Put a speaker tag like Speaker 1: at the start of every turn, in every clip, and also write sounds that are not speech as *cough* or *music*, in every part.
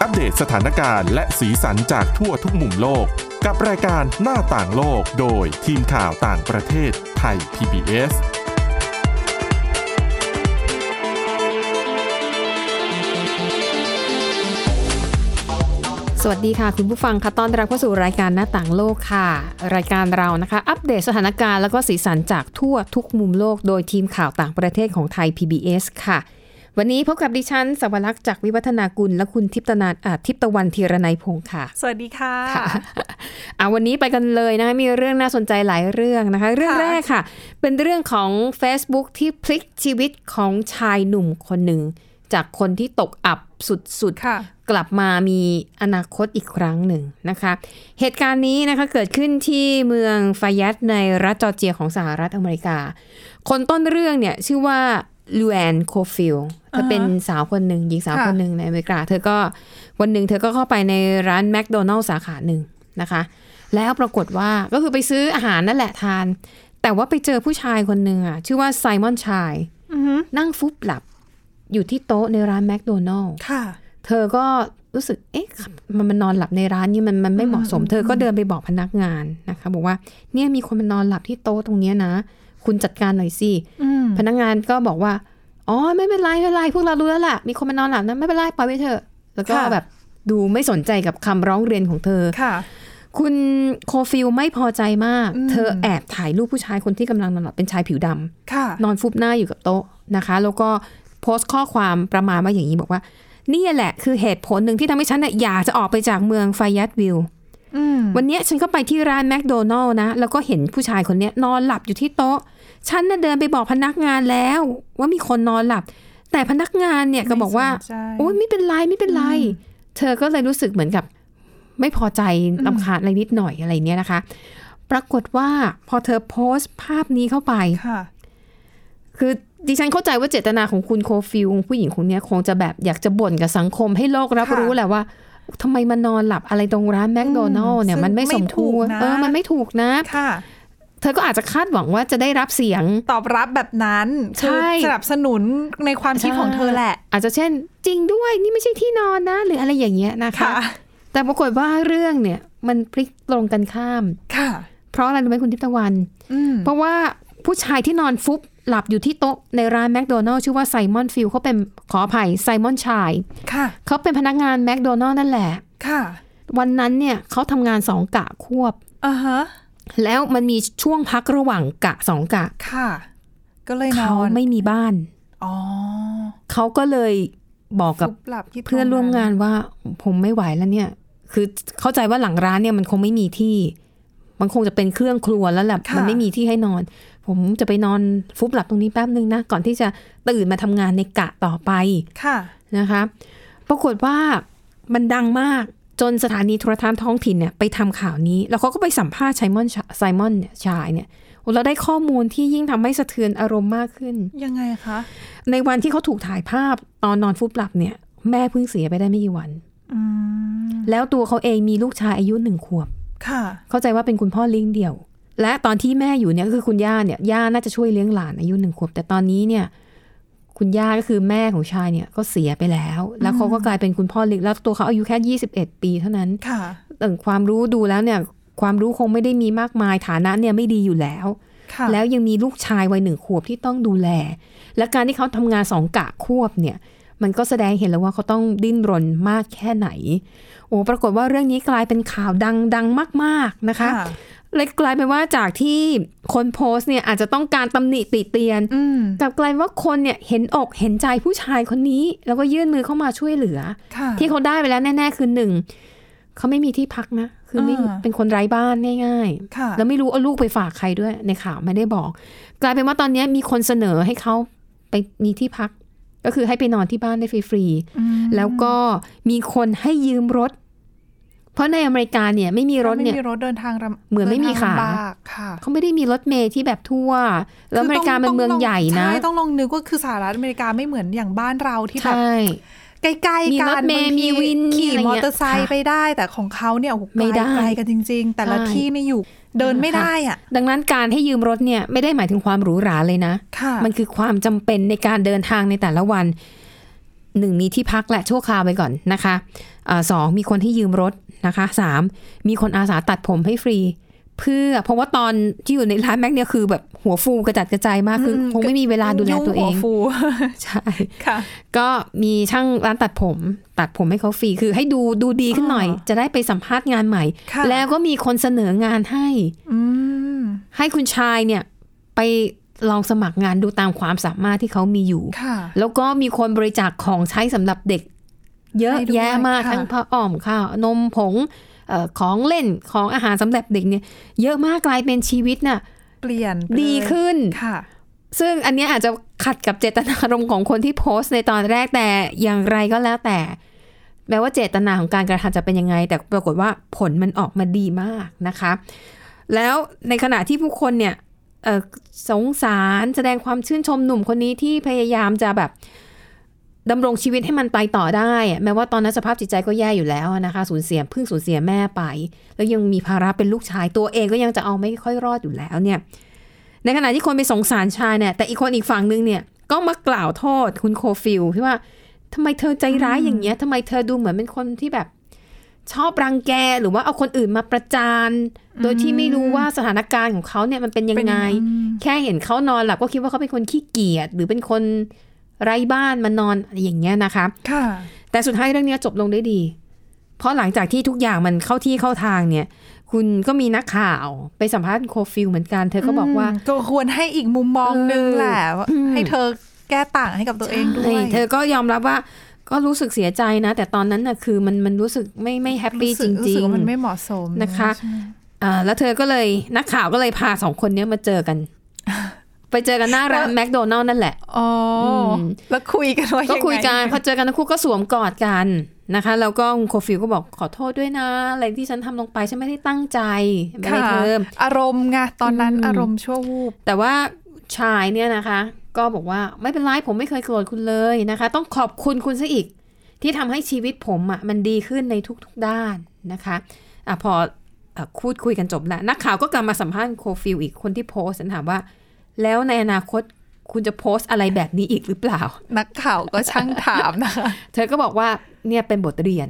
Speaker 1: อัปเดตสถานการณ์และสีสันจากทั่วทุกมุมโลก กับรายการหน้าต่างโลกโดยทีมข่าวต่างประเทศไทย PBS
Speaker 2: สวัสดีค่ะ คุณผู้ฟังค่ะต้อนรับเข้าสู่รายการหน้าต่างโลกค่ะ รายการเรานะคะ อัปเดตสถานการณ์แล้วก็สีสันจากทั่วทุกมุมโลกโดยทีมข่าวต่างประเทศของไทย PBS ค่ะ วันนี้พบกับดิฉันสวรักษ์จากวิวัฒนากุลและคุณทิพตนาอ่าทิพตะวันธีรนัยพงค์ค่ะ
Speaker 3: สวัสดีค่ะ
Speaker 2: อ่ะวันนี้ไปกันเลยนะคะมีเรื่องน่าสนใจหลายเรื่องนะคะ เรื่องแรกค่ะ เป็นเรื่องของ Facebook ที่พลิกชีวิตของชายหนุ่มคนหนึ่ง จากคนที่ตกอับสุดๆ
Speaker 3: ค่ะ
Speaker 2: กลับมามีอนาคตอีกครั้งหนึ่งนะคะ เหตุการณ์นี้นะคะเกิดขึ้นที่เมืองฟายัตในรัฐจอร์เจียของสหรัฐอเมริกา คนต้นเรื่องเนี่ยชื่อว่าลูแอนโคฟิลเธอเป็นสาวคนหนึ่งหญิงสาว
Speaker 3: ค่ะ
Speaker 2: คนหนึ่งในอเมริกา เธอก็วันหนึ่งเธอก็เข้าไปในร้านแมคโดนัลล์สาขาหนึ่งนะคะ แล้วปรากฏว่าก็คือไปซื้ออาหารนั่นแหละทาน แต่ว่าไปเจอผู้ชายคนหนึ่งอ่ะชื่อว่าไซมอนชายนั่งฟุบหลับอยู่ที่โต๊ะในร้านแมคโดนัลล์
Speaker 3: ค่ะ
Speaker 2: เธอก็รู้สึก เอ๊ะ มันมันนอนหลับในร้านนี่มันมันไม่เหมาะสม เธอก็เดินไปบอกพนักงานนะคะ บอกว่า เนี่ยมีคนมานอนหลับที่โต๊ะตรงเนี้ยนะ คุณจัดการหน่อยสิ
Speaker 3: อืม
Speaker 2: พนักงานก็บอกว่า อ๋อ ไม่เป็นไรไม่เป็นไร พวกเรารู้แล้วล่ะ มีคนมานอนหลับนะ ไม่เป็นไรปล่อยไปเถอะ แล้วก็
Speaker 3: ค่ะ
Speaker 2: แบบดูไม่สนใจกับคำร้องเรียนของเธอ
Speaker 3: ค่ะ
Speaker 2: คุณโคฟิลไม่พอใจมาก
Speaker 3: อืม
Speaker 2: เธอแอบถ่ายรูปผู้ชายคนที่กำลังนอนหลับเป็นชายผิวดำ
Speaker 3: ค่ะ
Speaker 2: นอนฟุบหน้าอยู่กับโต๊ะนะคะ แล้วก็โพสต์ข้อความประมาณว่าอย่างนี้บอกว่า นี่แหละคือเหตุผลหนึ่งที่ทำให้ฉันน่ะอยากจะออกไปจากเมืองไฟยัตวิลล
Speaker 3: อืม
Speaker 2: วันเนี้ยฉันก็ไปที่ร้านแมคโดนัลล์นะ แล้วก็เห็นผู้ชายคนเนี้ยนอนหลับอยู่ที่โต๊ะ ฉันน่ะเดินไปบอกพนักงานแล้ว ว่ามีคนนอนหลับ แต่พนักงานเนี่ยก็บอกว่า
Speaker 3: ไม่สนใจ
Speaker 2: โอ้ยไม่เป็นไรไม่เป็นไร เธอก็เลยรู้สึกเหมือนกับ ไม่พอใจลำคาญอะไรนิดหน่อยอะไรเนี้ยนะคะ ปรากฏว่าพอเธอโพสต์ภาพนี้เข้าไป
Speaker 3: ค่ะ
Speaker 2: คือดิฉันเข้าใจว่าเจตนาของคุณโคฟิลผู้หญิงคนเนี้ยคงจะแบบอยากจะบ่นกับสังคมให้โลกรับ
Speaker 3: ค่ะ
Speaker 2: รู้แหละว่าทำไมมานอนหลับอะไรตรงร้านแมคโดนัลล์เนี่ย
Speaker 3: ซึ่ง
Speaker 2: มันไม่สม
Speaker 3: ไม่
Speaker 2: ค
Speaker 3: ถูก
Speaker 2: วร
Speaker 3: นะ
Speaker 2: เออมันไม่ถูกนะ
Speaker 3: ค่ะ
Speaker 2: เธอก็อาจจะคาดหวังว่าจะได้รับเสียง
Speaker 3: ตอบรับแบบนั้น
Speaker 2: ใช่
Speaker 3: คือสนับสนุนในความคิดของเธอแหละ
Speaker 2: อาจจะเช่น จริงด้วยนี่ไม่ใช่ที่นอนนะ หรืออะไรอย่างเงี้ยนะคะ
Speaker 3: ค่ะ
Speaker 2: แต่ปรากฏว่าเรื่องเนี่ยมันพลิกตรงกันข้าม
Speaker 3: ค่ะ
Speaker 2: เพราะอะไรรู้ไหมคุณทิพตะวัน
Speaker 3: อืม
Speaker 2: เพราะว่าผู้ชายที่นอนฟุบหลับอยู่ที่โต๊ะในร้านแมคโดนัลล์ชื่อว่าไซมอนฟิลเขาเป็นขออภัยไซมอนชาย
Speaker 3: ค่ะ
Speaker 2: เขาเป็นพนักงานแมคโดนัลล์นั่นแหละ
Speaker 3: ค่ะ
Speaker 2: วันนั้นเนี่ยเขาทำงานสองกะควบ
Speaker 3: อ่าฮะ
Speaker 2: แล้วมันมีช่วงพักระหว่างกะสองกะ
Speaker 3: ค่ะ ก็เลยน
Speaker 2: เขา
Speaker 3: อน
Speaker 2: ไม่มีบ้าน
Speaker 3: อ๋อ
Speaker 2: เขาก็เลยบอกกับ
Speaker 3: ฟุหลับที่ต
Speaker 2: เพื่อนร่วมงานว่าผมไม่ไหวแล้วเนี่ย คือเข้าใจว่าหลังร้านเนี่ยมันคงไม่มีที่ มันคงจะเป็นเครื่องครัวแล้วแหละมันไม่มีที่ให้นอน ผมจะไปนอนฟุบหลับตรงนี้แป๊บนึงนะก่อนที่จะตื่นมาทำงานในกะต่อไป
Speaker 3: ค่ะ
Speaker 2: นะคะปรากฏว่ามันดังมากจนสถานีโทรทัศน์ท้องถิ่นเนี่ยไปทำข่าวนี้ แล้วเขาก็ไปสัมภาษณ์ไซมอนไซมอนเนี่ยชายเนี่ยโอ้แล้วได้ข้อมูลที่ยิ่งทำให้สะเทือนอารมณ์มากขึ้น
Speaker 3: ยังไงคะ
Speaker 2: ในวันที่เขาถูกถ่ายภาพตอนนอนฟุบหลับเนี่ย แม่เพิ่งเสียไปได้ไม่กี่วัน
Speaker 3: อืม
Speaker 2: แล้วตัวเขาเองมีลูกชายอายุหนึ่งขวบ
Speaker 3: ค่ะ
Speaker 2: เข้าใจว่าเป็นคุณพ่อเลี้ยงเดี่ยว และตอนที่แม่อยู่เนี่ยก็คือคุณย่าเนี่ยย่าน่าจะช่วยเลี้ยงหลานอายุหนึ่งขวบ แต่ตอนนี้เนี่ย คุณย่าก็คือแม่ของชายเนี่ยก็เสียไปแล้ว แล้วเขาก็กลายเป็นคุณพ่อเลี้ยงแล้วตัวเขาอายุแค่ 21 ปีเท่านั้น
Speaker 3: ค่ะ
Speaker 2: แต่ความรู้ดูแล้วเนี่ย ความรู้คงไม่ได้มีมากมายฐานะเนี่ยไม่ดีอยู่แล้ว
Speaker 3: ค่ะ
Speaker 2: แล้วยังมีลูกชายวัยหนึ่งขวบที่ต้องดูแล และการที่เขาทำงานสองกะควบเนี่ย มันก็แสดงเห็นแล้วว่าเขาต้องดิ้นรนมากแค่ไหน โอ้ปรากฏว่าเรื่องนี้กลายเป็นข่าวดังดังมาก ๆนะคะ
Speaker 3: ค่ะ
Speaker 2: เลยกลายเป็นว่าจากที่คนโพสต์เนี่ยอาจจะต้องการตำหนิติเตียน
Speaker 3: อืม
Speaker 2: กลับกลายเป็นว่าคนเนี่ยเห็นอกเห็นใจผู้ชายคนนี้ แล้วก็ยื่นมือเข้ามาช่วยเหลือ
Speaker 3: ค่ะ
Speaker 2: ที่เขาได้ไปแล้วแน่ ๆ คือหนึ่งเขาไม่มีที่พักนะ คือไม่
Speaker 3: อ่า
Speaker 2: เป็นคนไร้บ้านง่าย ๆ
Speaker 3: ค่ะ
Speaker 2: แล้วไม่รู้เอาลูกไปฝากใครด้วยในข่าวไม่ได้บอก กลายเป็นว่าตอนนี้มีคนเสนอให้เขาไปมีที่พัก ก็คือให้ไปนอนที่บ้านได้ฟรี
Speaker 3: อืม
Speaker 2: ๆแล้วก็มีคนให้ยืมรถ เพราะในอเมริกาเนี่ยไม่มีรถเนี่ย
Speaker 3: ไม่มีรถเดินทางลำ
Speaker 2: เหมือนไม่มีขา
Speaker 3: เดินทงลำบากค่ะ
Speaker 2: เขาไม่ได้มีรถเมย์ที่แบบทั่ว แล้วอเมริกา
Speaker 3: คื
Speaker 2: เป็น
Speaker 3: ต้
Speaker 2: เมือง
Speaker 3: ล
Speaker 2: ใหญ่นะ
Speaker 3: ใช่ต้องลองนึกว่าคือสหรัฐอเมริกาไม่เหมือนอย่างบ้านเราที่แบบ
Speaker 2: ใช่
Speaker 3: ใกล้
Speaker 2: มี
Speaker 3: ๆกั
Speaker 2: ร
Speaker 3: น
Speaker 2: ถเมล์
Speaker 3: บางที
Speaker 2: มีวิน
Speaker 3: ขี่
Speaker 2: อะไรเงี้ย
Speaker 3: มอเตอร์ไซค์
Speaker 2: ค่ะ
Speaker 3: ไปได้แต่ของเขาเนี่ยโอ้โห
Speaker 2: ไม่ได้
Speaker 3: ไกลๆกันจริง ๆ แต่ละ
Speaker 2: ใช่
Speaker 3: ที่นี่อยู่เดินไม่ได้อ่ะ
Speaker 2: ดังนั้นการให้ยืมรถเนี่ยไม่ได้หมายถึงความหรูหราเลยนะ
Speaker 3: ค่ะ
Speaker 2: มันคือความจำเป็นในการเดินทางในแต่ละวัน หนึ่งมีที่พักและชั่วคราวไปก่อนนะคะเออสองมีคนให้ยืมรถนะคะสามมีคนอาสาตัดผมให้ฟรี เพื่อเพราะว่าตอนที่อยู่ในร้านแม็กเนี่ยคือแบบหัวฟูกระจัดกระจายมากคืออ
Speaker 3: ม
Speaker 2: คงไม่มีเวลาดูแลตัวเอง
Speaker 3: ยุ่หัฟู *laughs*
Speaker 2: ใช่
Speaker 3: ค่ะ
Speaker 2: ก็มีช่างร้านตัดผม ตัดผมให้เขาฟรีคือให้ดูดูดีขึ้นหน่อย
Speaker 3: อ่า
Speaker 2: จะได้ไปสัมภาษณ์งานใหม่
Speaker 3: ค่ะ
Speaker 2: แล้วก็มีคนเสนองานให้
Speaker 3: อืม
Speaker 2: ให้คุณชายเนี่ยไปลองสมัครงานดูตามความสามารถที่เขามีอยู่
Speaker 3: ค่ะ
Speaker 2: แล้วก็มีคนบริจาคของใช้สำหรับเด็ก เยอะ
Speaker 3: ให้ด้วย
Speaker 2: แยะมาก
Speaker 3: ค่ะ
Speaker 2: ทั้งผ้าอ้อมข้าวนมผงเออของเล่นของอาหารสำหรับเด็กเนี่ยเยอะมากกลายเป็นชีวิตน่ะ
Speaker 3: เปลี่ยนไป
Speaker 2: ดี
Speaker 3: เลย
Speaker 2: ขึ้น
Speaker 3: ค่ะ
Speaker 2: ซึ่งอันเนี้ยอาจจะขัดกับเจตนารมณ์ของคนที่โพสต์ในตอนแรกแต่อย่างไรก็แล้วแต่แม้ว่าเจตนาของการกระทำจะเป็นยังไง แต่ปรากฏว่าผลมันออกมาดีมากนะคะ แล้วในขณะที่ผู้คนเนี่ยเอ่อสงสารแสดงความชื่นชมหนุ่มคนนี้ที่พยายามจะแบบดำรงชีวิตให้มันไปต่อได้อะแม้ว่าตอนนั้นสภาพจิตใจก็แย่อยู่แล้วนะคะสูญเสียเพิ่งสูญเสียแม่ไป แล้วยังมีภาระเป็นลูกชายตัวเองก็ยังจะเอาไม่ค่อยรอดอยู่แล้วเนี่ย ในขณะที่คนไปสงสารชายเนี่ยแต่อีกคนอีกฝั่งนึงเนี่ยก็มากล่าวโทษคุณโคฟิลที่ว่าทำไมเธอใจร้ายอย่างเงี้ยทำไมเธอดูเหมือนเป็นคนที่แบบ ชอบรังแกหรือว่าเอาคนอื่นมาประจาน โดยที่ไม่รู้ว่าสถานการณ์ของเขาเนี่ยมันเป็นยังไง
Speaker 3: เป็นอืม
Speaker 2: แค่เห็นเขานอนหลับก็คิดว่าเขาเป็นคนขี้เกียจหรือเป็นคนไร้บ้านมานอนอะไรอย่างเงี้ยนะคะ
Speaker 3: ค่ะ
Speaker 2: แต่สุดท้ายเรื่องเนี้ยจบลงด้วยดี เพราะหลังจากที่ทุกอย่างมันเข้าที่เข้าทางเนี่ย คุณก็มีนักข่าวไปสัมภาษณ์โคฟิลเหมือนกัน เธอก็บอกว่า
Speaker 3: มก็ควรให้อีกมุมมองหนึงแหละว่า
Speaker 2: อืม
Speaker 3: ให้เธอแก้ต่างให้กับตัวเองด้ว
Speaker 2: ใช่
Speaker 3: ย
Speaker 2: เธอก็ยอมรับว่าก็รู้สึกเสียใจนะ แต่ตอนนั้นน่ะคือมันมันรู้สึกไม่ไม่แฮปปี้จ
Speaker 3: รู้
Speaker 2: ริ
Speaker 3: สึ
Speaker 2: ง
Speaker 3: กว่ามัน
Speaker 2: ๆ
Speaker 3: ไม่เหมาะสม
Speaker 2: นะคะ
Speaker 3: ใช่ไหม
Speaker 2: อ่าแล้วเธอก็เลยนักข่าวก็เลยพาสองคนเนี้ยมาเจอกัน ไปเจอกันหน้าร้านแมคโดนัลล์นั่นแหละ
Speaker 3: อ๋ออ
Speaker 2: ม
Speaker 3: แล้วคุยกันว่ายังไง
Speaker 2: ก็คุยกันพอเจอกันทั้งคู่ก็สวมกอดกันนะคะแล้วก็คุณโคฟิลก็บอกขอโทษด้วยนะ อะไรที่ฉันทำลงไปฉันไม่ได้ตั้งใจไม่ได้
Speaker 3: ค่ะ
Speaker 2: เพิ่ม
Speaker 3: อารมณ์ไงตอนนั้น
Speaker 2: อืม
Speaker 3: อารมณ์ชั่ววูบ
Speaker 2: แต่ว่าชายเนี่ยนะคะ ก็บอกว่าไม่เป็นไรผมไม่เคยโกรธคุณเลยนะคะ ต้องขอบคุณคุณซะอีก ที่ทำให้ชีวิตผมอะ่ะมันดีขึ้นในทุกๆด้านนะคะอะพออะคูดคุยกันจบแล้วนักข่าวก็กลับมาสัมภาษณ์โคฟิลอีกคนที่โพสต์ฉันถามว่า แล้วในอนาคตคุณจะโพสต์อะไรแบบนี้อีกหรือเปล่า
Speaker 3: นักข่าวก็ช่างถาม
Speaker 2: *laughs*
Speaker 3: นะคะ
Speaker 2: เธอก็บอกว่าเนี่ยเป็นบทเรียน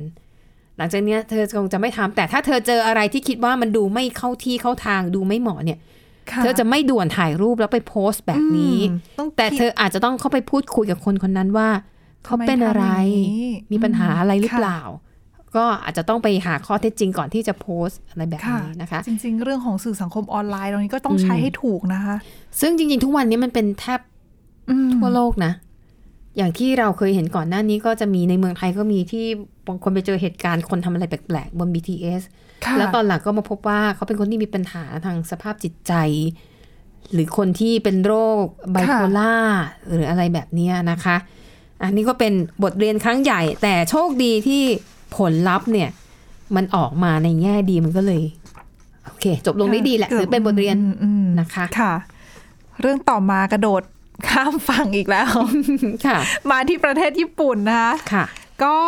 Speaker 2: หลังจากเนี้ยเธอคงจะไม่ทำแต่ถ้าเธอเจออะไรที่คิดว่ามันดูไม่เข้าที่เข้าทางดูไม่เหมาะเนี่ย
Speaker 3: ค่
Speaker 2: เธอจะไม่ด่วนถ่ายรูปแล้วไปโพสต์แบบนี้
Speaker 3: อืมต้อง
Speaker 2: แต่เธออาจจะต้องเข้าไปพูดคุยกับคนคนนั้นว่า เขาเป็นอะไร
Speaker 3: ทำมทำย่างนี้
Speaker 2: มีปัญหาอะไรหรือเป
Speaker 3: ค่ะ
Speaker 2: ล่า ก็อาจจะต้องไปหาข้อเท็จจริงก่อนที่จะโพสต์อะไรแบบนี้นะคะ
Speaker 3: จริง ๆ เรื่องของสื่อสังคมออนไลน์ตรงนี้ก็ต้องใช้ให้ถูกนะคะ
Speaker 2: ซึ่งจริงๆ ทุกวันนี้มันเป็นแทบ
Speaker 3: อืม
Speaker 2: ทั่วโลกนะ อย่างที่เราเคยเห็นก่อนหน้านี้ก็จะมีในเมืองไทยก็มีที่บางคนไปเจอเหตุการณ์คนทำอะไรแปลกๆ บน BTS
Speaker 3: ค่ะ
Speaker 2: แล้วตอนหลังก็มาพบว่าเขาเป็นคนที่มีปัญหาทางสภาพจิตใจ หรือคนที่เป็นโรคไบโพล่าหรืออะไรแบบเนี้ยนะคะ อันนี้ก็เป็นบทเรียนครั้งใหญ่ แต่โชคดีที่ผลลัพธ์เนี่ย มันออกมาในแง่ดีมันก็เลย โอเค จบลงด้วยดีแหละ
Speaker 3: กื
Speaker 2: ถือเป็นบทเรียน
Speaker 3: อืมอืม
Speaker 2: นะคะ
Speaker 3: ค่ะ เรื่องต่อมากระโดดข้ามฝั่งอีกแล้ว *laughs*
Speaker 2: ค่ะ
Speaker 3: มาที่ประเทศญี่ปุ่นนะคะ
Speaker 2: ค่ะ
Speaker 3: ก็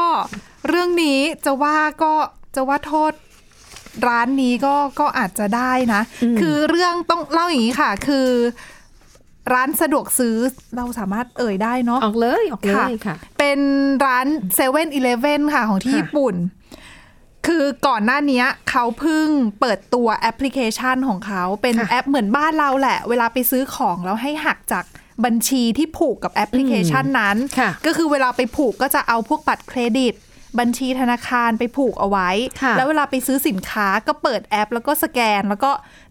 Speaker 3: เรื่องนี้จะว่าก็จะว่าโทษร้านนี้ก็ก็อาจจะได้นะ
Speaker 2: อืม
Speaker 3: คือเรื่องต้องเล่าอย่างนี้ค่ะ คือร้านสะดวกซื้อเราสามารถเอ่ยได้เนาะ
Speaker 2: ออกเลยออกเลยค่ะ
Speaker 3: เป็นร้านเซเว่นอีเลฟเว่นค่ะของ
Speaker 2: ค่ะ
Speaker 3: ที่ญี่ปุ่น คือก่อนหน้านี้เขาเพิ่งเปิดตัวแอปพลิเคชันของเขาเป็นแอปเหมือนบ้านเราแหละ เวลาไปซื้อของแล้วให้หักจากบัญชีที่ผูกกับแอปพลิเคชันนั้น
Speaker 2: ค่ะ
Speaker 3: ก็คือเวลาไปผูกก็จะเอาพวกบัตรเครดิต บัญชีธนาคารไปผูกเอาไว้
Speaker 2: ค่ะ
Speaker 3: แล้วเวลาไปซื้อสินค้าก็เปิดแอป แล้วก็สแกนแล้วก็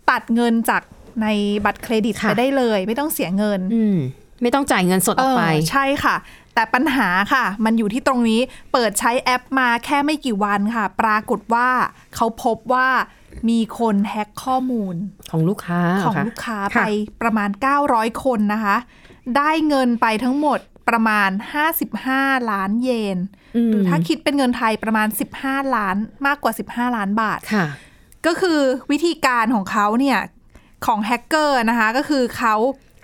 Speaker 3: ตัดเงินจากในบัตรเครดิตไปได้เลย ไม่ต้องเสียเงิน
Speaker 2: อืม ไม่ต้องจ่ายเงินสดออกไป
Speaker 3: เออใช่ค่ะ แต่ปัญหาค่ะ มันอยู่ที่ตรงนี้เปิดใช้แอปมาแค่ไม่กี่วันค่ะ ปรากฏว่าเขาพบว่ามีคนแฮ็กข้อมูล
Speaker 2: ของลูกค้า
Speaker 3: ของ
Speaker 2: เหระ
Speaker 3: ลูกค้า
Speaker 2: ะ
Speaker 3: ไปประมาณ 900 คนนะคะ ได้เงินไปทั้งหมดประมาณ 55 ล้านเยน หรือถ้าคิดเป็นเงินไทยประมาณ 15 ล้านมากกว่า 15 ล้านบาท
Speaker 2: ค่ะ
Speaker 3: ก็คือวิธีการของเขาเนี่ยของแฮกเกอร์นะคะ ก็คือเขา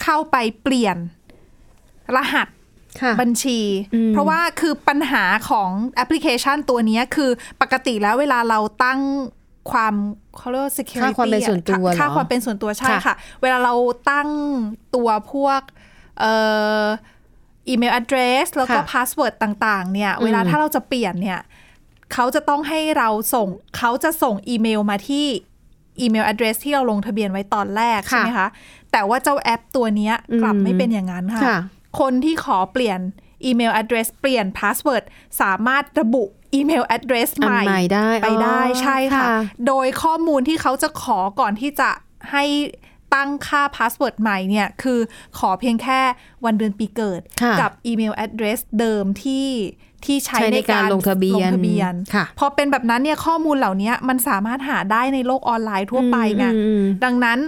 Speaker 3: เข้าไปเปลี่ยนรหัส
Speaker 2: ค่ะ
Speaker 3: บัญชี
Speaker 2: อืม
Speaker 3: เพราะว่าคือปัญหาของแอปพลิเคชันตัวเนี้ยคือปกติแล้วเวลาเราตั้งความเขาเรียกว่า security
Speaker 2: ค่าความเป็นส่วนตัว
Speaker 3: อะค่า
Speaker 2: เหรอ
Speaker 3: ค่าความเป็นส่วนตัวใช่
Speaker 2: ค่ะ
Speaker 3: ค่ะ เวลาเราตั้งตัวพวกเอ่อ อีเมล address แล้วก็
Speaker 2: ค่ะ
Speaker 3: พาสเวิร์ดต่างๆ เนี่ย
Speaker 2: อืม
Speaker 3: เวลาถ้าเราจะเปลี่ยนเนี่ยเขาจะต้องให้เราส่งเขาจะส่งอีเมลมาที่อีเมล address ที่เราลงทะเบียนไว้ตอนแรกใช่ไหมคะ แต่ว่าเจ้าแอปตัวเนี้ยกลับไม่เป็นอย่างนั้นค่ะ
Speaker 2: ค่ะ
Speaker 3: คนที่ขอเปลี่ยนอีเมล address เปลี่ยน password สามารถระบุอีเมล address
Speaker 2: อัน
Speaker 3: ใหม่
Speaker 2: ใหม่ได้
Speaker 3: ไปได้
Speaker 2: อ๋อ
Speaker 3: ใช่ค่ะ
Speaker 2: ค่ะ
Speaker 3: โดยข้อมูลที่เขาจะขอก่อนที่จะให้ตั้งค่า password ใหม่เนี่ยคือขอเพียงแค่วันเดือนปีเกิด
Speaker 2: ค่ะ
Speaker 3: กับอีเมล address เดิมที่ที่ใช้
Speaker 2: ใช้ในการลงทะเบียน
Speaker 3: ลงทะเบียน
Speaker 2: ค่ะ
Speaker 3: พอเป็นแบบนั้นเนี่ยข้อมูลเหล่านี้มันสามารถหาได้ในโลกออนไลน์ทั่วไปไง
Speaker 2: อืมอืม
Speaker 3: ดังนั้น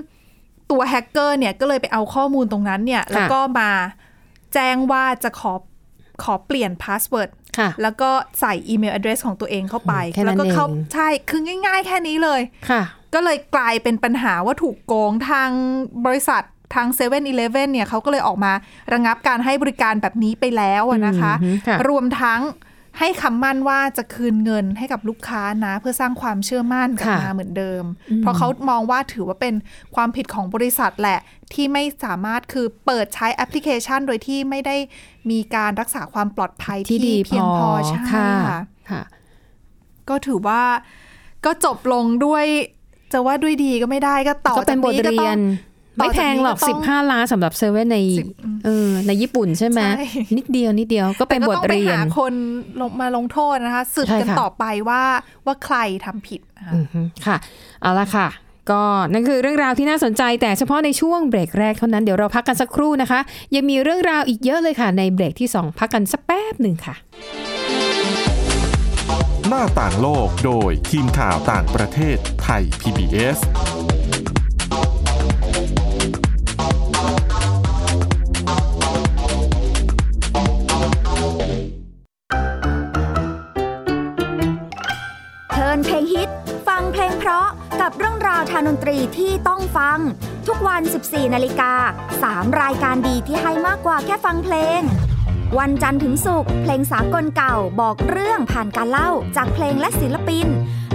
Speaker 3: ตัวแฮกเกอร์เนี่ยก็เลยไปเอาข้อมูลตรงนั้นเนี่ยแล้วก็มาแจ้งว่าจะขอขอเปลี่ยนพาสเวิร์ด
Speaker 2: ค่ะ
Speaker 3: แล้วก็ใส่อีเมล address ของตัวเองเข้าไป
Speaker 2: แค่นั้น
Speaker 3: วก็เข้า
Speaker 2: เอง
Speaker 3: ใช่คือง่าย ๆ แค่นี้เลย
Speaker 2: ค่ะ
Speaker 3: ก็เลยกลายเป็นปัญหาว่าถูกโกงทางบริษัททาง7 e เ e ่ e อเนี่ยเขาก็เลยออกมาระงับการให้บริการแบบนี้ไปแล้วอะนะคะ
Speaker 2: อืมค่ะ
Speaker 3: รวมทั้งให้คำมั่นว่าจะคืนเงินให้กับลูกค้านะ เพื่อสร้างความเชื่อมั่นกลับ
Speaker 2: ค่ะ
Speaker 3: มาเหมือนเดิม เพราะเขามองว่าถือว่าเป็นความผิดของบริษัทแหละ ที่ไม่สามารถคือเปิดใช้แอปพลิเคชันโดยที่ไม่ได้มีการรักษาความปลอดภัย
Speaker 2: ที่ดี
Speaker 3: เพียงพอใช่
Speaker 2: ค่ะ
Speaker 3: ค่ะ
Speaker 2: ค่ะ
Speaker 3: ก็ถือว่าก็จบลงด้วย จะว่าด้วยดีก็ไม่ได้ก็ต่อ
Speaker 2: ก็เป็นบท
Speaker 3: จากก็
Speaker 2: เรีย
Speaker 3: ต้อง
Speaker 2: น
Speaker 3: ต่อ
Speaker 2: ไม่
Speaker 3: จากนี้
Speaker 2: แพงหรอก
Speaker 3: ก็ต้อง
Speaker 2: 15 ล้านสำหรับเซเว่นใน
Speaker 3: สิบอืม
Speaker 2: เออในญี่ปุ่นใช่ไหม
Speaker 3: ใช่
Speaker 2: นิดเดียวนิดเดียวก็เป็นบทเรีย
Speaker 3: ก็
Speaker 2: น
Speaker 3: ต้องไปหาคนลงมาลงโทษนะคะสืบ
Speaker 2: ใช่
Speaker 3: กัน
Speaker 2: ค่ะ
Speaker 3: ต่อไปว่าว่าใครทำผิดนะคะ
Speaker 2: อือฮึค่ะ เอาละค่ะ ก็นั่นคือเรื่องราวที่น่าสนใจแต่เฉพาะในช่วงเบรกแรกเท่านั้นเดี๋ยวเราพักกันสักครู่นะคะ ยังมีเรื่องราวอีกเยอะเลยค่ะในเบรกที่ 2 พักกันสักแป๊บหนึ่งค่ะ
Speaker 1: หน้าต่างโลกโดยทีมข่าวต่างประเทศไทย PBS
Speaker 4: เพลินเพลงฮิต ฟังเพลงเพราะกับเรื่องราวทางดนตรีที่ต้องฟัง ทุกวัน 14 นาฬิกา 3 รายการดีที่ให้มากกว่าแค่ฟังเพลง วันจันทร์ถึงศุกร์เพลงสากลเก่าบอกเรื่องผ่านการเล่าจากเพลงและศิลปิน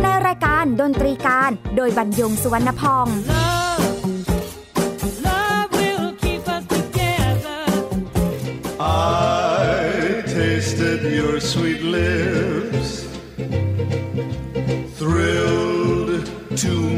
Speaker 4: ในรายการดนตรีการโดยบรรยงสุวรรณพอง
Speaker 5: Love will keep us together.
Speaker 6: I tasted your sweet lips, thrilled to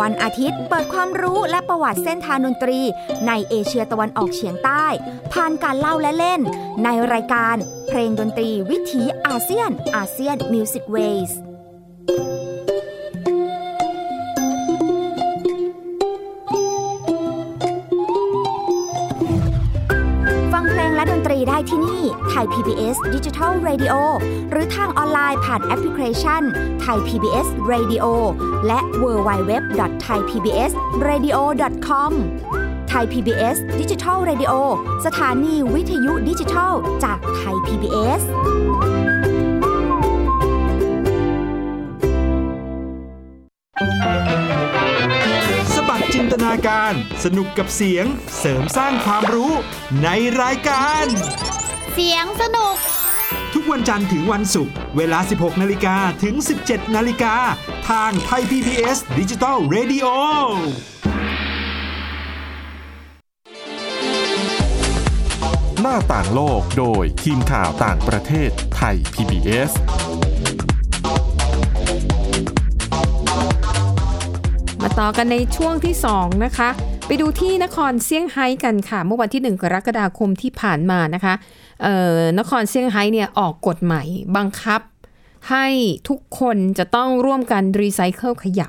Speaker 4: วันอาทิตย์เปิดความรู้และประวัติเส้นทางดนตรี ในเอเชียตะวันออกเฉียงใต้ ผ่านการเล่าและเล่น ในรายการเพลงดนตรีวิถีอาเซียนอาเซียนมิวสิกเวส ฟังเพลงและดนตรีได้ที่นี่ ไทย PBS Digital Radio หรือทางออนไลน์ผ่านแอปพลิเคชัน ไทย PBS Radio และ w w w t h a i p b s r a d i o c o m ไทย PBS Digital Radio สถานีวิทยุดิจิทัลจากไทย PBS
Speaker 7: สบัดจินตนาการ สนุกกับเสียง เสริมสร้างความรู้ในรายการ
Speaker 8: เสียงสนุก
Speaker 7: ทุกวันจันทร์ถึงวันศุกร์เวลา 16 นาฬิกาถึง 17 นาฬิกา ทางไทย PPS ดิจิตอล Radio
Speaker 1: หน้าต่างโลกโดยทีมข่าวต่างประเทศไทย PBS
Speaker 2: มาต่อกันในช่วงที่ 2 นะคะ ไปดูที่นครเซี่ยงไฮ้กันค่ะ เมื่อวันที่ 1 กรกฎาคมที่ผ่านมานะคะเอ่อนครเซี่ยงไฮ้เนี่ยออกกฎใหม่บังคับ ให้ทุกคนจะต้องร่วมกันรีไซเคิลขยะ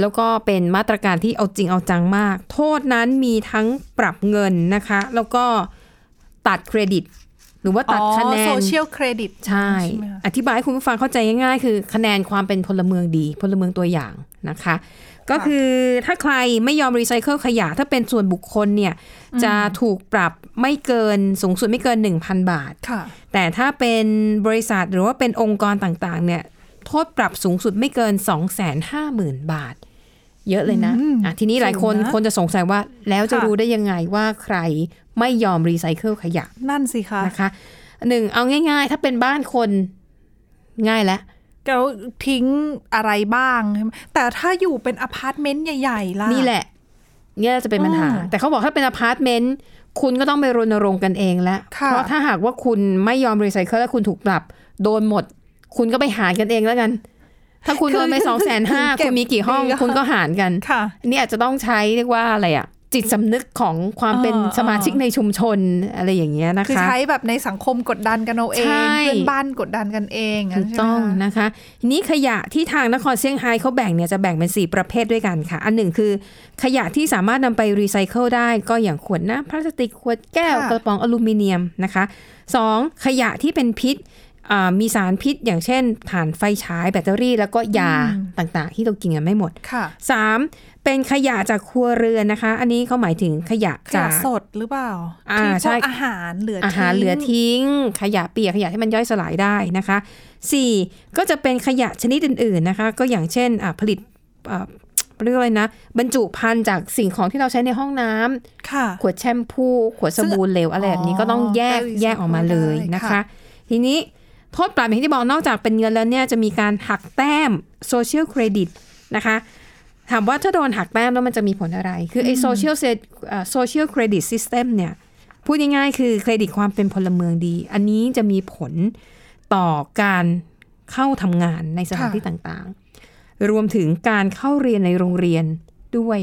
Speaker 2: แล้วก็เป็นมาตรการที่เอาจริงเอาจังมาก โทษนั้นมีทั้งปรับเงินนะคะ แล้วก็ตัดเครดิต หรือว่าตัดคะแนน
Speaker 3: โซเชียลเครดิต
Speaker 2: ใช่
Speaker 3: ใช่ไหมคะ
Speaker 2: อธิบายให้คุณผู้ฟังเข้าใจง่ายๆ คือคะแนนความเป็นพลเมืองดี พลเมืองตัวอย่าง นะคะ ก็คือถ้าใครไม่ยอมรีไซเคิลขยะ ถ้าเป็นส่วนบุคคลเนี่ย จะถูกปรับไม่เกินสูงสุดไม่เกิน 1,000 บาท
Speaker 3: ค่ะ
Speaker 2: แต่ถ้าเป็นบริษัทหรือว่าเป็นองค์กรต่างๆ เนี่ย โทษปรับสูงสุดไม่เกิน 250,000 บาท เยอะเลยนะ
Speaker 3: อืม
Speaker 2: อ่ะทีนี้หลายคน
Speaker 3: สูงนะ
Speaker 2: คนจะสงสัยว่าแล้วจะ
Speaker 3: ค่ะ
Speaker 2: รู้ได้ยังไงว่าใครไม่ยอมรีไซเคิลขยะ
Speaker 3: นั่นสิคะ
Speaker 2: นะคะหนึ่งเอาง่าย ๆ ถ้าเป็นบ้านคนง่ายแล้ว
Speaker 3: แล้วทิ้งอะไรบ้างใช่ไหมแต่ถ้าอยู่เป็นอพาร์ตเมนต์ใหญ่ๆล่ะ
Speaker 2: นี่แหละเนี่ยจะเป็นปัญหา
Speaker 3: อืม
Speaker 2: แต่เขาบอกถ้าเป็นอพาร์ตเมนต์คุณก็ต้องไปรณรงค์กันเองแล้ว
Speaker 3: ค่ะ
Speaker 2: เพราะถ้าหากว่าคุณไม่ยอมรีไซเคิลแล้วคุณถูกปรับ โดนหมด คุณก็ไปหารกันเองแล้วกัน ถ้าคุณโดนไปสองแสน
Speaker 3: *laughs*
Speaker 2: ห้าคุณมีกี่ห้อง คุณก็หารกัน
Speaker 3: ค่ะ
Speaker 2: อันนี้อาจจะต้องใช้เรียกว่าอะไรอะจิตสำนึกของความเป็น
Speaker 3: อ่า
Speaker 2: สมาชิกในชุมชนอะไรอย่างเงี้ยนะคะ
Speaker 3: คือใช้แบบในสังคมกดดันกันเอาเอง
Speaker 2: ใช่
Speaker 3: เพื่อนบ้านกดดันกันเอง
Speaker 2: ถู
Speaker 3: ย่าก นั้นใช่ไหม
Speaker 2: ต้อง
Speaker 3: คะ
Speaker 2: นะคะทีนี้ขยะที่ทางนครเซี่ยงไฮ้เขาแบ่งเนี่ยจะแบ่งเป็น 4 ประเภทด้วยกันค่ะ อันหนึ่งคือขยะที่สามารถนำไปรีไซเคิลได้ก็อย่างขวดน้ำพลาสติกขวดแก้ว
Speaker 3: ค่ะ
Speaker 2: กระป๋องอลูมิเนียมนะคะสองขยะที่เป็นพิษอ่ามีสารพิษอย่างเช่นถ่านไฟฉายแบตเตอรี่ แล้วก็ยาต่างๆ ที่เรากินกันไม่หมด
Speaker 3: ค่ะ
Speaker 2: 3. เป็นขยะจากครัวเรือนนะคะ อันนี้เขาหมายถึงขยะ
Speaker 3: ข
Speaker 2: จายก
Speaker 3: ะสดหรือเปล่า
Speaker 2: อ่า
Speaker 3: ที่พ
Speaker 2: ใช่
Speaker 3: วกอาหารเหลือ
Speaker 2: อาหารเหลือทิ้ง ขยะเปียกขยะที่มันย่อยสลายได้นะคะ 4. ก็จะเป็นขยะชนิดอื่นๆนะคะ ก็อย่างเช่นอ่ะผลิตอ่ะเรียกอะไรนะ บรรจุภัณฑ์จากสิ่งของที่เราใช้ในห้องน้ำ
Speaker 3: ค่ะ
Speaker 2: ขวดแชมพู ขวดสบู่เหลวอะไรแบบนี้
Speaker 3: อ๋อ
Speaker 2: ก็ต้องแยก
Speaker 3: ก็รีไซเคิล
Speaker 2: แยกออกมาเลยนะ
Speaker 3: ได้
Speaker 2: คะ
Speaker 3: ค่ะ
Speaker 2: ทีนี้โทษปรับอย่างที่บอกนอกจากเป็นเงินแล้วเนี่ยจะมีการหักแต้มโซเชียลเครดิตนะคะ ถามว่าถ้าโดนหักแต้มแล้วมันจะมีผลอะไร คือไอ้โซเชียลโซเชียลเครดิตซิสเต็มเนี่ย พูดง่ายๆ คือเครดิตความเป็นพลเมืองดี อันนี้จะมีผลต่อการเข้าทำงานในสถาน
Speaker 3: ค่ะ
Speaker 2: ที่ต่างๆ รวมถึงการเข้าเรียนในโรงเรียนด้วย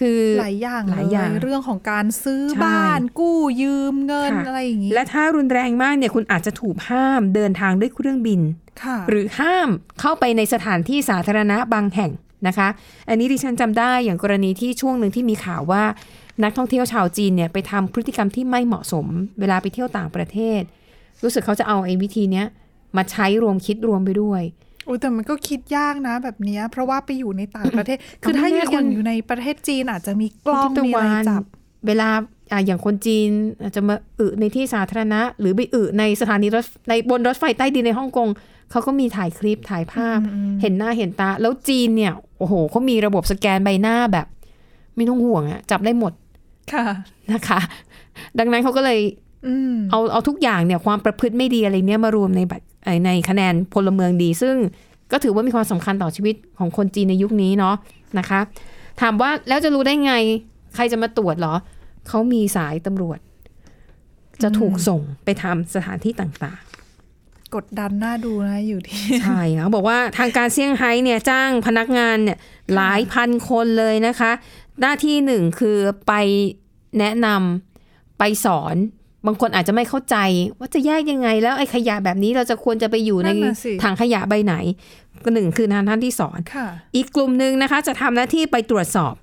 Speaker 2: คือ
Speaker 3: หลายอย่าง
Speaker 2: หลายอย่าง
Speaker 3: เลเรื่องของการซื้อ
Speaker 2: ใช่
Speaker 3: บ้าน กู้ยืมเงิน
Speaker 2: ค่ะ
Speaker 3: อะไรอย่างนี้
Speaker 2: และถ้ารุนแรงมากเนี่ยคุณอาจจะถูกห้ามเดินทางด้วยเครื่องบิน
Speaker 3: ค่ะ
Speaker 2: หรือห้ามเข้าไปในสถานที่สาธารณะบางแห่งนะคะ อันนี้ดิฉันจำได้อย่างกรณีที่ช่วงหนึ่งที่มีข่าวว่า นักท่องเที่ยวชาวจีนเนี่ยไปทำพฤติกรรมที่ไม่เหมาะสม เวลาไปเที่ยวต่างประเทศ รู้สึกเขาจะเอาไอ้วิธีเนี้ยมาใช้รวมคิดรวมไปด้วย
Speaker 3: โอ้แต่มันก็คิดยากนะแบบเนี้ย เพราะว่าไปอยู่ในต่างประเทศ คือถ้าอ
Speaker 2: แน่
Speaker 3: ยู่
Speaker 2: ๆ
Speaker 3: คน
Speaker 2: คุณ
Speaker 3: อยู่ในประเทศจีนอาจจะมีกล้อง
Speaker 2: ทิศตะ
Speaker 3: มีอะไร
Speaker 2: วัน
Speaker 3: จับ
Speaker 2: เวลาอ่ะอย่างคนจีนอาจจะมาอึในที่สาธารณะ หรือไปอึในสถานีรถในบนรถไฟใต้ดินในฮ่องกงเขาก็มีถ่ายคลิปถ่ายภาพ เห็นหน้าเห็นตา แล้วจีนเนี่ยโอ้โหเขามีระบบสแกนใบหน้าแบบ ไม่ต้องห่วงอะจับได้หมด
Speaker 3: ค่ะ
Speaker 2: นะคะ *laughs* ดังนั้นเขาก็เลย
Speaker 3: อืม
Speaker 2: เอาเอาทุกอย่างเนี่ยความประพฤติไม่ดีอะไรเนี่ยมารวมในบัตรเอ่อในคะแนนพลเมืองดี ซึ่งก็ถือว่ามีความสำคัญต่อชีวิตของคนจีนในยุคนี้เนาะนะคะ ถามว่าแล้วจะรู้ได้ไง ใครจะมาตรวจเหรอ เขามีสายตำรวจ จะถูกส่งไปทำสถานที่ต่าง
Speaker 3: กดดันน่าดูนะอยู่ที่
Speaker 2: ๆ ใช่ค่ะเขาบอกว่าทางการเซี่ยงไฮ้เนี่ยจ้างพนักงานเนี่ยหลายพันคนเลยนะคะ หน้าที่หนึ่งคือไปแนะนำไปสอน บางคนอาจจะไม่เข้าใจ ว่าจะแยกยังไง แล้วไอ้ขยะแบบนี้เราจะควรจะไปอยู่ใน
Speaker 3: นั่นน่ะสิ
Speaker 2: ถังขยะใบไหนก็หนึ่ง *laughs* คือทางท่านที่สอน
Speaker 3: ค่ะ
Speaker 2: อีกกลุ่มหนึ่งนะคะจะทำหน้าที่ไปตรวจสอบ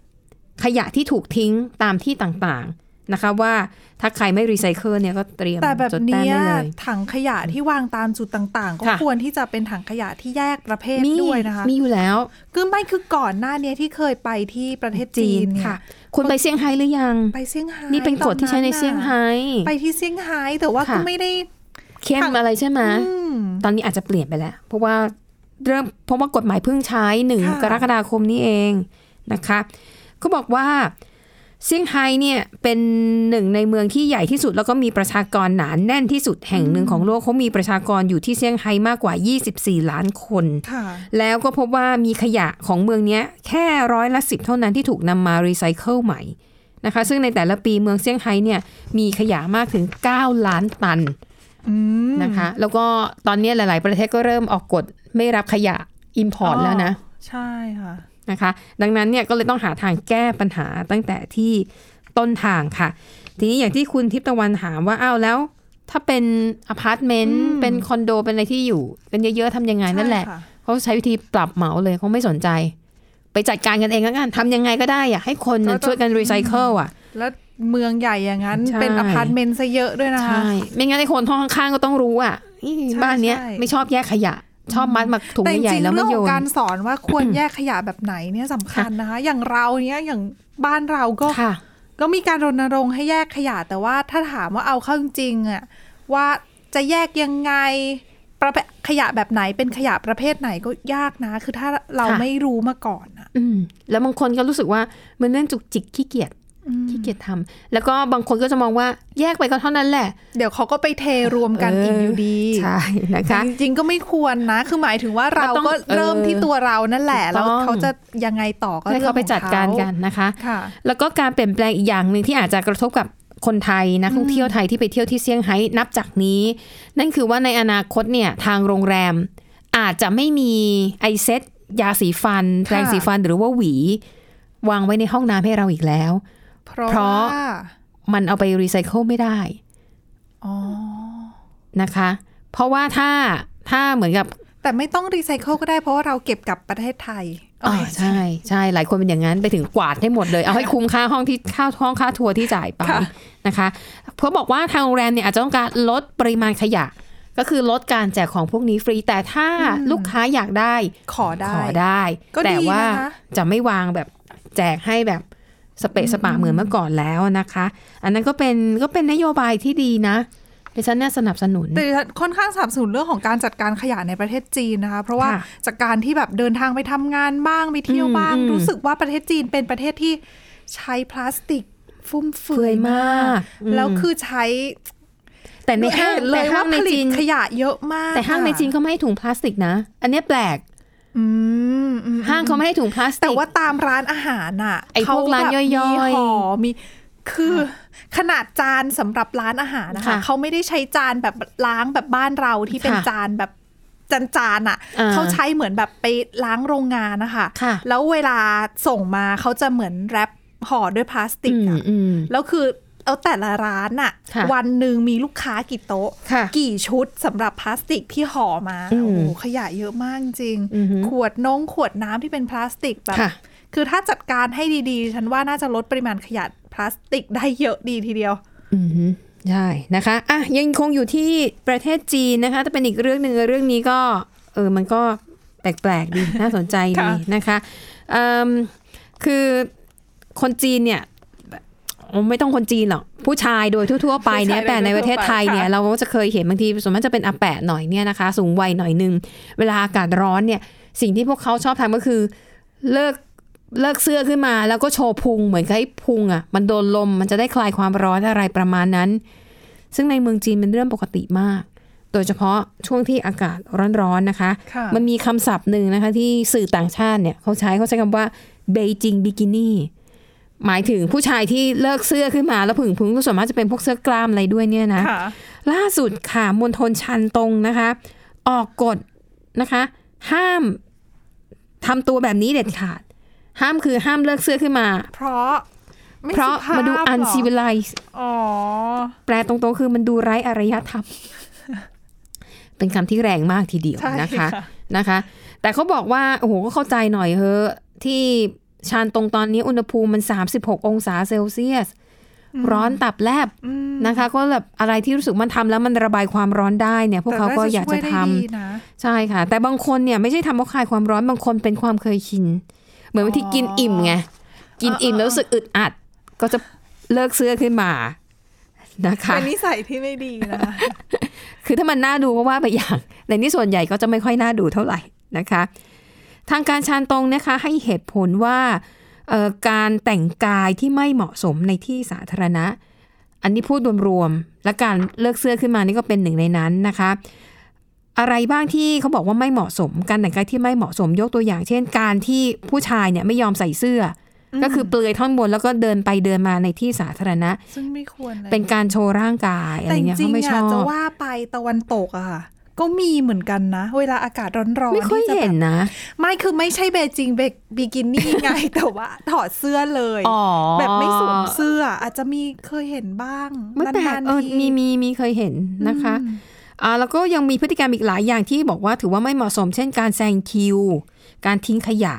Speaker 2: ขยะที่ถูกทิ้งตามที่ต่างๆนะคะ ว่าถ้าใครไม่รีไซเคิลเนี่ยก็เตรียม
Speaker 3: แต่แบบ
Speaker 2: จดแต้ม
Speaker 3: เนี้ย
Speaker 2: ได้เลย
Speaker 3: ถังขยะที่วางตามจุดต่าง ๆ ก็
Speaker 2: ค่ะ
Speaker 3: ควรที่จะเป็นถังขยะที่แยกประเภทด้วยนะคะ
Speaker 2: มีอยู่แล้ว
Speaker 3: คือไม่คือก่อนหน้าเนี้ยที่เคยไปที่ประเทศจีนเนี่ย
Speaker 2: ค่ะ คุณไปเซี่ยงไฮ้หรือยัง
Speaker 3: ไปเซี่ยงไฮ้
Speaker 2: นี่เป็นกฎที่ใช้ใน
Speaker 3: ตอ
Speaker 2: เซี่ยงไฮ้
Speaker 3: ไปที่เซี่ยงไฮ้แต่ว่า
Speaker 2: ค่ะ
Speaker 3: ก็ไม่ได้
Speaker 2: เข้ม
Speaker 3: ถัง
Speaker 2: อะไรใช่ไหม
Speaker 3: อืม
Speaker 2: ตอนนี้อาจจะเปลี่ยนไปแล้ว เพราะว่าเริ่มเพราะว่ากฎหมายเพิ่งใช้หนึ่ง
Speaker 3: ค่ะ
Speaker 2: กรกฎาคมนี้เองนะคะเขาบอกว่าเซี่ยงไฮ้เนี่ยเป็นหนึ่งในเมืองที่ใหญ่ที่สุด แล้วก็มีประชากรหนาแน่นที่สุดแห่งหนึ่งของโลกเขามีประชากรอยู่ที่เซี่ยงไฮ้มากกว่า 24 ล้านคน
Speaker 3: ค่ะ
Speaker 2: แล้วก็พบว่ามีขยะของเมืองเนี้ยแค่ร้อยละสิบเท่านั้นที่ถูกนำมารีไซเคิลใหม่นะคะ ซึ่งในแต่ละปีเมืองเซี่ยงไฮ้เนี่ยมีขยะมากถึง 9 ล้านตันนะคะ แล้วก็ตอนนี้หลาย ๆ ประเทศก็เริ่มออกกฎไม่รับขยะอิมพอร์ตแล้วนะ
Speaker 3: ใช่ค่ะ
Speaker 2: นะคะ ดังนั้นเนี่ยก็เลยต้องหาทางแก้ปัญหาตั้งแต่ที่ต้นทางค่ะ ทีนี้อย่างที่คุณทิพย์ตะวันถามว่าอ้าวแล้ว ถ้าเป็นอพาร์ตเมนต์เป็นคอนโดเป็นอะไรที่อยู่กันเยอะ ๆทำยังไงนั่นแหละ
Speaker 3: ใช่ค่ะ
Speaker 2: เขาใช้วิธีปรับเหมาเลยเขาไม่สนใจ ไปจัดการกันเองแล้วกันทำยังไงก็ได้อยากให้คนน่ะ
Speaker 3: ก็ต้อง
Speaker 2: ช่วยกันรีไซเคิลอ่ะ
Speaker 3: แล้วเมืองใหญ่อย่างนั้น
Speaker 2: ใช่
Speaker 3: เป็นอพาร์ตเมนต์ซะเยอะด้วยนะคะ
Speaker 2: ใช่ ไม่งั้นไอ้คนห้องข้างๆก็ต้องรู้อ่ะอี้
Speaker 3: ใช่
Speaker 2: บ้านเนี้ย
Speaker 3: ใช่
Speaker 2: ไม่ชอบแยกขยะ ชอบมัดมาถุง
Speaker 3: แต่จ
Speaker 2: ใหญ่
Speaker 3: ริง
Speaker 2: ๆ
Speaker 3: ๆ
Speaker 2: แล้ว
Speaker 3: เรื่
Speaker 2: ไม่
Speaker 3: อง
Speaker 2: โย
Speaker 3: ของ
Speaker 2: น
Speaker 3: การสอนว่าควรแยกขยะแบบไหนเนี่ยสำคัญนะคะ อย่างเราเนี้ยอย่างบ้านเราก็
Speaker 2: ค่ะ
Speaker 3: ก็มีการรณรงค์ให้แยกขยะแต่ว่าถ้าถามว่าเอาเข้าจริงๆอะว่าจะแยกยังไงประเภทขยะแบบไหนเป็นขยะประเภทไหนก็ยากนะ คือถ้าเรา
Speaker 2: ค่ะ
Speaker 3: ไม่รู้มาก่อนอะ
Speaker 2: อืมแล้วบางคนก็รู้สึกว่ามันเรื่องจุกจิกขี้เกียจขี้เกียจทำแล้วก็บางคนก็จะมองว่าแยกไปก็เท่านั้นแหละ
Speaker 3: เดี๋ยวเขาก็ไปเทรวมกัน
Speaker 2: เอออี
Speaker 3: อีกอยู่ดี
Speaker 2: ใช่ *laughs* นะคะ
Speaker 3: จริงๆก็ไม่ควรนะ คือหมายถึงว่าเรา
Speaker 2: เราต้อง
Speaker 3: ก็เริ่มที่ตัวเรานั่นแหละ
Speaker 2: ถู
Speaker 3: แล้
Speaker 2: ก
Speaker 3: ว
Speaker 2: ต้อง
Speaker 3: เขาจะยังไงต่อก็
Speaker 2: ให้
Speaker 3: เรื่อง
Speaker 2: เขาไปจัดการ
Speaker 3: ของเข
Speaker 2: กันนะคะ
Speaker 3: ค่ะ
Speaker 2: แล้วก็การเปลี่ยนแปลงอีกอย่างหนึ่งที่อาจจะกระทบกับคนไทยนักท่องเที่ยวไทยที่ไปเที่ยวที่เซี่ยงไฮ้นับจากนี้ นั่นคือว่าในอนาคตเนี่ยทางโรงแรม อาจจะไม่มีไอเซ็ตยาสีฟัน
Speaker 3: ค่ะ
Speaker 2: แปรงสีฟันหรือว่าหวี วางไว้ในห้องน้ำให้เราอีกแล้ว
Speaker 3: เพราะ
Speaker 2: เพราะ
Speaker 3: ว่า
Speaker 2: มันเอาไปรีไซเคิลไม่ได้
Speaker 3: อ๋อ
Speaker 2: นะคะ เพราะว่าถ้าถ้าเหมือนกับ
Speaker 3: แต่ไม่ต้องรีไซเคิลก็ได้เพราะว่าเราเก็บกลับประเทศไทย
Speaker 2: อ่าใช่ใช่หลายคนเป็นอย่างนั้นไปถึงกวาดให้หมดเลย เอาให้คุ้มค่าห้องที่ค่าห้องค่าทัวร์ที่จ่ายไปนะคะเพราะบอกว่าทางโรงแรมเนี่ยอาจจะต้องการลดปริมาณขยะ ก็คือลดการแจกของพวกนี้ฟรี แต่ถ้าลูกค้าอยากได้
Speaker 3: ขอได้
Speaker 2: ขอได้
Speaker 3: ก็ดี
Speaker 2: แต่ว่า
Speaker 3: นะคะ
Speaker 2: จะไม่วางแบบแจกให้แบบสเปะสปะเหมือนเมื่อก่อนแล้วนะคะ อันนั้นก็เป็นก็เป็นนโยบายที่ดีนะดิฉันเนี่ยสนับสนุน
Speaker 3: แต่ดิฉันค่อนข้างสนับสนุนเรื่องของการจัดการขยะในประเทศจีนนะคะ เพราะว่า
Speaker 2: ค่ะ
Speaker 3: จากการที่แบบเดินทางไปทำงานบ้างไปเที่ยวบ้าง
Speaker 2: อืมอืม
Speaker 3: รู้สึกว่าประเทศจีนเป็นประเทศที่ใช้พลาสติกฟุ่มเฟือยมาก
Speaker 2: อืม
Speaker 3: แล้วคือใช้
Speaker 2: แต่ในห้าง
Speaker 3: เล
Speaker 2: แต่
Speaker 3: ย
Speaker 2: ห้า
Speaker 3: ว่าง
Speaker 2: ใน
Speaker 3: ผลิ
Speaker 2: จี
Speaker 3: ต
Speaker 2: น
Speaker 3: ขยะเยอะมาก
Speaker 2: แต่ห้างในจีนเขาไม่ให้ถุงพลาสติกนะ อันเนี้ยแปลก
Speaker 3: อืมอืม
Speaker 2: ห้างเขาไม่ให้ถุงพลาสติก
Speaker 3: แต่ว่าตามร้านอาหารน่ะ
Speaker 2: ไอ้พวกร้านย่อยๆ
Speaker 3: มีห่อมีคือขนาดจานสำหรับร้านอาหารนะคะ
Speaker 2: ค่ะ
Speaker 3: เขาไม่ได้ใช้จานแบบล้างแบบบ้านเราที่เป็น
Speaker 2: ค่ะ
Speaker 3: จานแบบจานจานๆอ่ะ
Speaker 2: อ่า
Speaker 3: เขาใช้เหมือนแบบไปล้างโรงงานนะคะ
Speaker 2: ค่ะ
Speaker 3: แล้วเวลาส่งมาเขาจะเหมือนแรปห่อด้วยพลาสติก
Speaker 2: อืม
Speaker 3: อะ
Speaker 2: อืม
Speaker 3: แล้วคือเอาแต่ละร้านอะ
Speaker 2: ค่ะ
Speaker 3: วันหนึ่งมีลูกค้ากี่โต๊ะ
Speaker 2: ค่ะ
Speaker 3: กี่ชุดสำหรับพลาสติกที่ห่อมา
Speaker 2: อืม
Speaker 3: โอ้โหขยะเยอะมากจริง
Speaker 2: อือหือ
Speaker 3: ขวดน้องขวดน้ำที่เป็นพลาสติกแบบ
Speaker 2: ค่ะ
Speaker 3: คือถ้าจัดการให้ดีๆ ฉันว่าน่าจะลดปริมาณขยะพลาสติกได้เยอะดีทีเดียว
Speaker 2: อืมใช่นะคะอ่ะยังคงอยู่ที่ประเทศจีนนะคะแต่เป็นอีกเรื่องหนึ่งเรื่องนี้ก็เออมันก็แปลกๆดี น่าสนใจดี
Speaker 3: ค่ะ
Speaker 2: นะคะเอิ่มคือคนจีนเนี่ยโอ้ไม่ต้องคนจีนหรอกผู้ชายโดยทั่วๆไปเนี่ยแต่ในประเทศไทยเนี่ยเราก็จะเคยเห็นบางทีส่วนมากจะเป็นอาแปะหน่อยเนี่ยนะคะ สูงวัยหน่อยหนึง เวลาอากาศร้อนเนี่ยสิ่งที่พวกเขาชอบทำก็คือเลิก เลิกเสื้อขึ้นมาแล้วก็โชว์พุงเหมือนกับให้พุงอ่ะ มันโดนลมมันจะได้คลายความร้อนอะไรประมาณนั้น ซึ่งในเมืองจีนเป็นเรื่องปกติมาก โดยเฉพาะช่วงที่อากาศร้อนๆนะคะ
Speaker 3: ค่ะ
Speaker 2: มันมีคำศัพท์หนึ่งนะคะ ที่สื่อต่างชาติเนี่ยเขาใช้เขาใช้คำว่าเบจิงบิกินี่หมายถึงผู้ชายที่เลิกเสื้อขึ้นมาแล้วผึ่งพุงก็ส่วนมากจะเป็นพวกเสื้อกล้ามอะไรด้วยเนี่ยนะ
Speaker 3: ค่ะ
Speaker 2: ล่าสุดค่ะมณฑลชันตงนะคะ ออกกฎนะคะ ห้ามทำตัวแบบนี้เด็ดขาด ห้ามคือห้ามเลิกเสื้อขึ้นมา
Speaker 3: เพราะไม่
Speaker 2: เพราะ
Speaker 3: สุภพ
Speaker 2: มาดู
Speaker 3: เหร
Speaker 2: อันซีวิไล
Speaker 3: อ๋อ
Speaker 2: แปลตรงๆคือมันดูไร้อารยธรรม *laughs* เป็นคำที่แรงมากทีเดียว
Speaker 3: ใช่
Speaker 2: นะคะ
Speaker 3: ค่ะ
Speaker 2: นะคะ แต่เขาบอกว่า โอ้โหก็เข้าใจหน่อยเฮอะที่ชานตรงตอนนี้อุณหภูมิมัน 36 องศาเซลเซียส ร้อนตับแลบนะคะ ก็แบบอะไรที่รู้สึกมันทำแล้วมันระบายความร้อนได้เนี่ย พวกเขาก็อยากจะ
Speaker 3: แต่น่
Speaker 2: ทำ
Speaker 3: ช่วยได้ดีนะ
Speaker 2: ใช่ค่ะ แต่บางคนเนี่ยไม่ใช่ทำเพราะคลายความร้อนบางคนเป็นความเคยชิน เหมือนวันที่กินอิ่มไง กินอิ่มแล้วรู้สึกอึดอัด ก็จะเลิกเสื้อขึ้นมานะคะ
Speaker 3: เป็นนิสัยที่ไม่ดีนะ
Speaker 2: คือถ้ามันน่าดูก็ว่าไปอย่าง *laughs* ในนี้ส่วนใหญ่ก็จะไม่ค่อยน่าดูเท่าไหร่นะคะ ทางการชานตรงนะคะให้เหตุผลว่าเอ่อการแต่งกายที่ไม่เหมาะสมในที่สาธารณะ อันนี้พูดรวมๆและการเลือกเสื้อขึ้นมานี่ก็เป็นหนึ่งในนั้นนะคะ อะไรบ้างที่เขาบอกว่าไม่เหมาะสม การแต่งกายที่ไม่เหมาะสมยกตัวอย่าง เช่น การที่ผู้ชายเนี่ยไม่ยอมใส่เสื้ออก็คือเปลือยท่อนบนแล้วก็เดินไปเดินมาในที่สาธารณะ
Speaker 3: ซึ่งไม่ควรเลย
Speaker 2: เป็นการโชว์ร่างกายอะไร
Speaker 3: แต่จ
Speaker 2: เงี้ย
Speaker 3: ริง
Speaker 2: เขาไม่
Speaker 3: ๆ
Speaker 2: ช
Speaker 3: อะ
Speaker 2: อบ
Speaker 3: จะว่าไปตะวันตกอะค่ะ ก็มีเหมือนกันนะ เวลาอากาศร้อนๆ
Speaker 2: ไม่ค่อย
Speaker 3: ที่จะแบบ
Speaker 2: เห็นนะ
Speaker 3: ไม่คือไม่ใช่เบจิงเบกบิกินี่ไง *laughs* แต่ว่าถอดเสื้อเลย
Speaker 2: อ๋อ
Speaker 3: แบบไม่สวมเสื้ออาจจะมีเคยเห็นบ้าง
Speaker 2: ไม่แปลก
Speaker 3: นานๆ
Speaker 2: เออ
Speaker 3: ที
Speaker 2: มีมีมีเคยเห็นนะคะอ่าแล้วก็ยังมีพฤติกรรมอีกหลายอย่างที่บอกว่าถือว่าไม่เหมาะสม เช่นการแซงคิว การทิ้งขยะ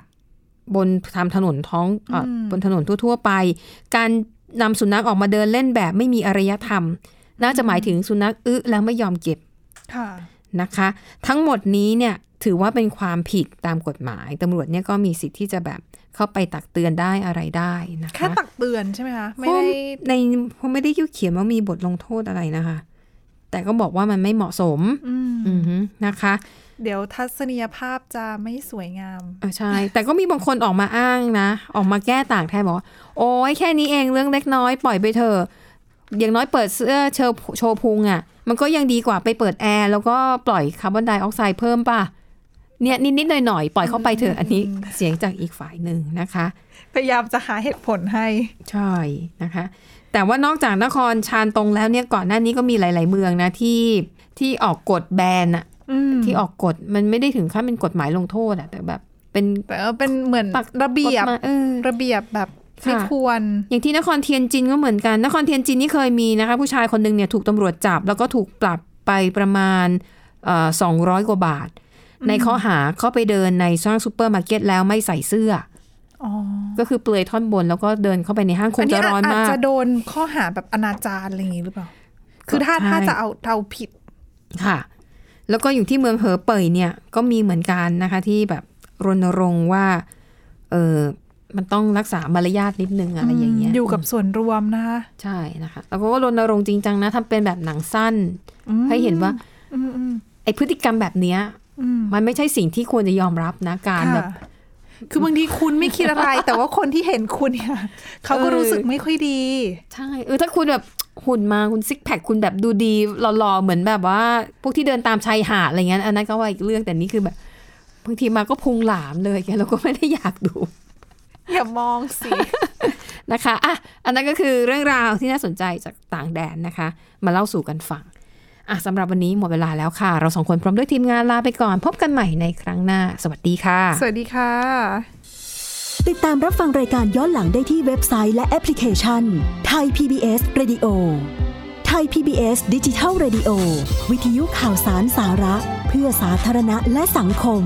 Speaker 2: บนตามถนนท้องเอ่อบนถนนทั่ว ๆ ไป การนำสุนัขออกมาเดินเล่นแบบไม่มีอารยธรรม น่าจะหมายถึงสุนัขอึแล้วไม่ยอมเก็บ
Speaker 3: ค่ะ
Speaker 2: นะคะ ทั้งหมดนี้เนี่ยถือว่าเป็นความผิดตามกฎหมายตำรวจเนี่ยก็มีสิทธิ์ที่จะแบบเข้าไปตักเตือนได้อะไรได้นะ
Speaker 3: แค่
Speaker 2: คะ
Speaker 3: ตักเตือนใช่ไหมคะ ไม่ได้
Speaker 2: ในเขาไม่ได้ยุ่เขียนว่ามีบทลงโทษอะไรนะคะ แต่ก็บอกว่ามันไม่เหมาะสม
Speaker 3: อืม
Speaker 2: อือฮึนะคะ
Speaker 3: เดี๋ยวทัศนียภาพจะไม่สวยงาม
Speaker 2: อ่ะใช่ แต่ก็มีบางคนออกมาอ้างนะ ออกมาแก้ต่างแทนบอกว่าโอ้ยแค่นี้เองเรื่องเล็กน้อยปล่อยไปเถอะอย่างน้อยเปิดเสื้อเชิญโชว์พุงอะ่ะ มันก็ยังดีกว่าไปเปิดแอร์แล้วก็ปล่อยคาร์บอนไดออกไซด์เพิ่มป่ะ เนี่ยนิด ๆ หน่อย ๆ ปล่อยเข้าไปเถอะอันนี้เสียงจากอีกฝ่ายหนึ่งนะคะ
Speaker 3: พยายามจะหาเหตุผลให้
Speaker 2: ใช่นะคะ แต่ว่านอกจากนครชานตรงแล้วเนี่ยก่อนหน้านี้ก็มีหลาย ๆ เมืองนะที่ที่ออกกฎแบนอะ
Speaker 3: อืม
Speaker 2: ที่ออกกฎมันไม่ได้ถึงขั้นเป็นกฎหมายลงโทษอะแต่แบบเป็น
Speaker 3: แต่ว่าเป็นเหมือนระเบียบ
Speaker 2: กฎหมายเออ
Speaker 3: ระเบียบแบบไม่
Speaker 2: ค่ะ
Speaker 3: ควร
Speaker 2: อย่างที่นครเทียนจินก็เหมือนกัน นครเทียนจินนี่เคยมีนะคะ ผู้ชายคนหนึ่งเนี่ยถูกตำรวจจับ แล้วก็ถูกปรับไปประมาณสองร้อยกว่าบาท ในข้อหาเข้าไปเดินในช่างซูเปอร์มาร์เก็ตแล้วไม่ใส่เสื้อ
Speaker 3: อ๋อ
Speaker 2: ก็คือเปลือยท่อนบนแล้วก็เดินเข้าไปในห้างคงจะร้อน
Speaker 3: จ
Speaker 2: มาก
Speaker 3: จะโดนข้อหาแบบอนาจารอะไรอย่างนี้หรือเปล่า คือถ้า
Speaker 2: ใช่
Speaker 3: ถ้าจะเอาเอาผิด
Speaker 2: ค่ะ แล้วก็อยู่ที่เมืองเหอเป่ยเนี่ยก็มีเหมือนกันนะคะที่แบบรณรงค์ว่าเออมันต้องรักษามารยาทนิดนึงอะไรอย่างเงี้ย
Speaker 3: อยู่กับส่วนรวมนะคะ
Speaker 2: ใช่นะคะแล้วก็รณรงค์จริงจังนะทำเป็นแบบหนังสั้น ให้เห็นว่าไอพฤติกรรมแบบเนี้ยมันไม่ใช่สิ่งที่ควรจะยอมรับนะการแบบ
Speaker 3: ค่ะคือบางทีคุณไม่คิดอะไร แต่ว่าคนที่เห็นคุณเนี่ยเขาก็
Speaker 2: เออ
Speaker 3: รู้สึกไม่ค่อยดี
Speaker 2: ใช่เออถ้าคุณแบบหุ่นมาคุณซิกแพคคุณแบบดูดีหล่อๆเหมือนแบบว่า พวกที่เดินตามชายหาดอะไรเงี้ยอันนั้นก็ว่าอีกเรื่องแต่นี่คือแบบบางทีมาก็พุงห *laughs* ลามเลยแกเราก็ไม่ได้อยากดู
Speaker 3: อย่ามอง
Speaker 2: *laughs*
Speaker 3: สิ
Speaker 2: นะคะอ่ะอันนั้นก็คือเรื่องราวที่น่าสนใจจากต่างแดนนะคะ มาเล่าสู่กันฟังอ่ะสำหรับวันนี้หมดเวลาแล้วค่ะ เราสองคนพร้อมด้วยทีมงานลาไปก่อน พบกันใหม่ในครั้งหน้า สวัสดีค่ะ
Speaker 3: สวัสดีค่ะ
Speaker 9: ติดตามรับฟังรายการย้อนหลังได้ที่เว็บไซต์และแอปพลิเคชันไทย PBS Radio ไทย PBS ดิจิทัล Radio วิทยุข่าวสารสาระ เพื่อสาธารณะและสังคม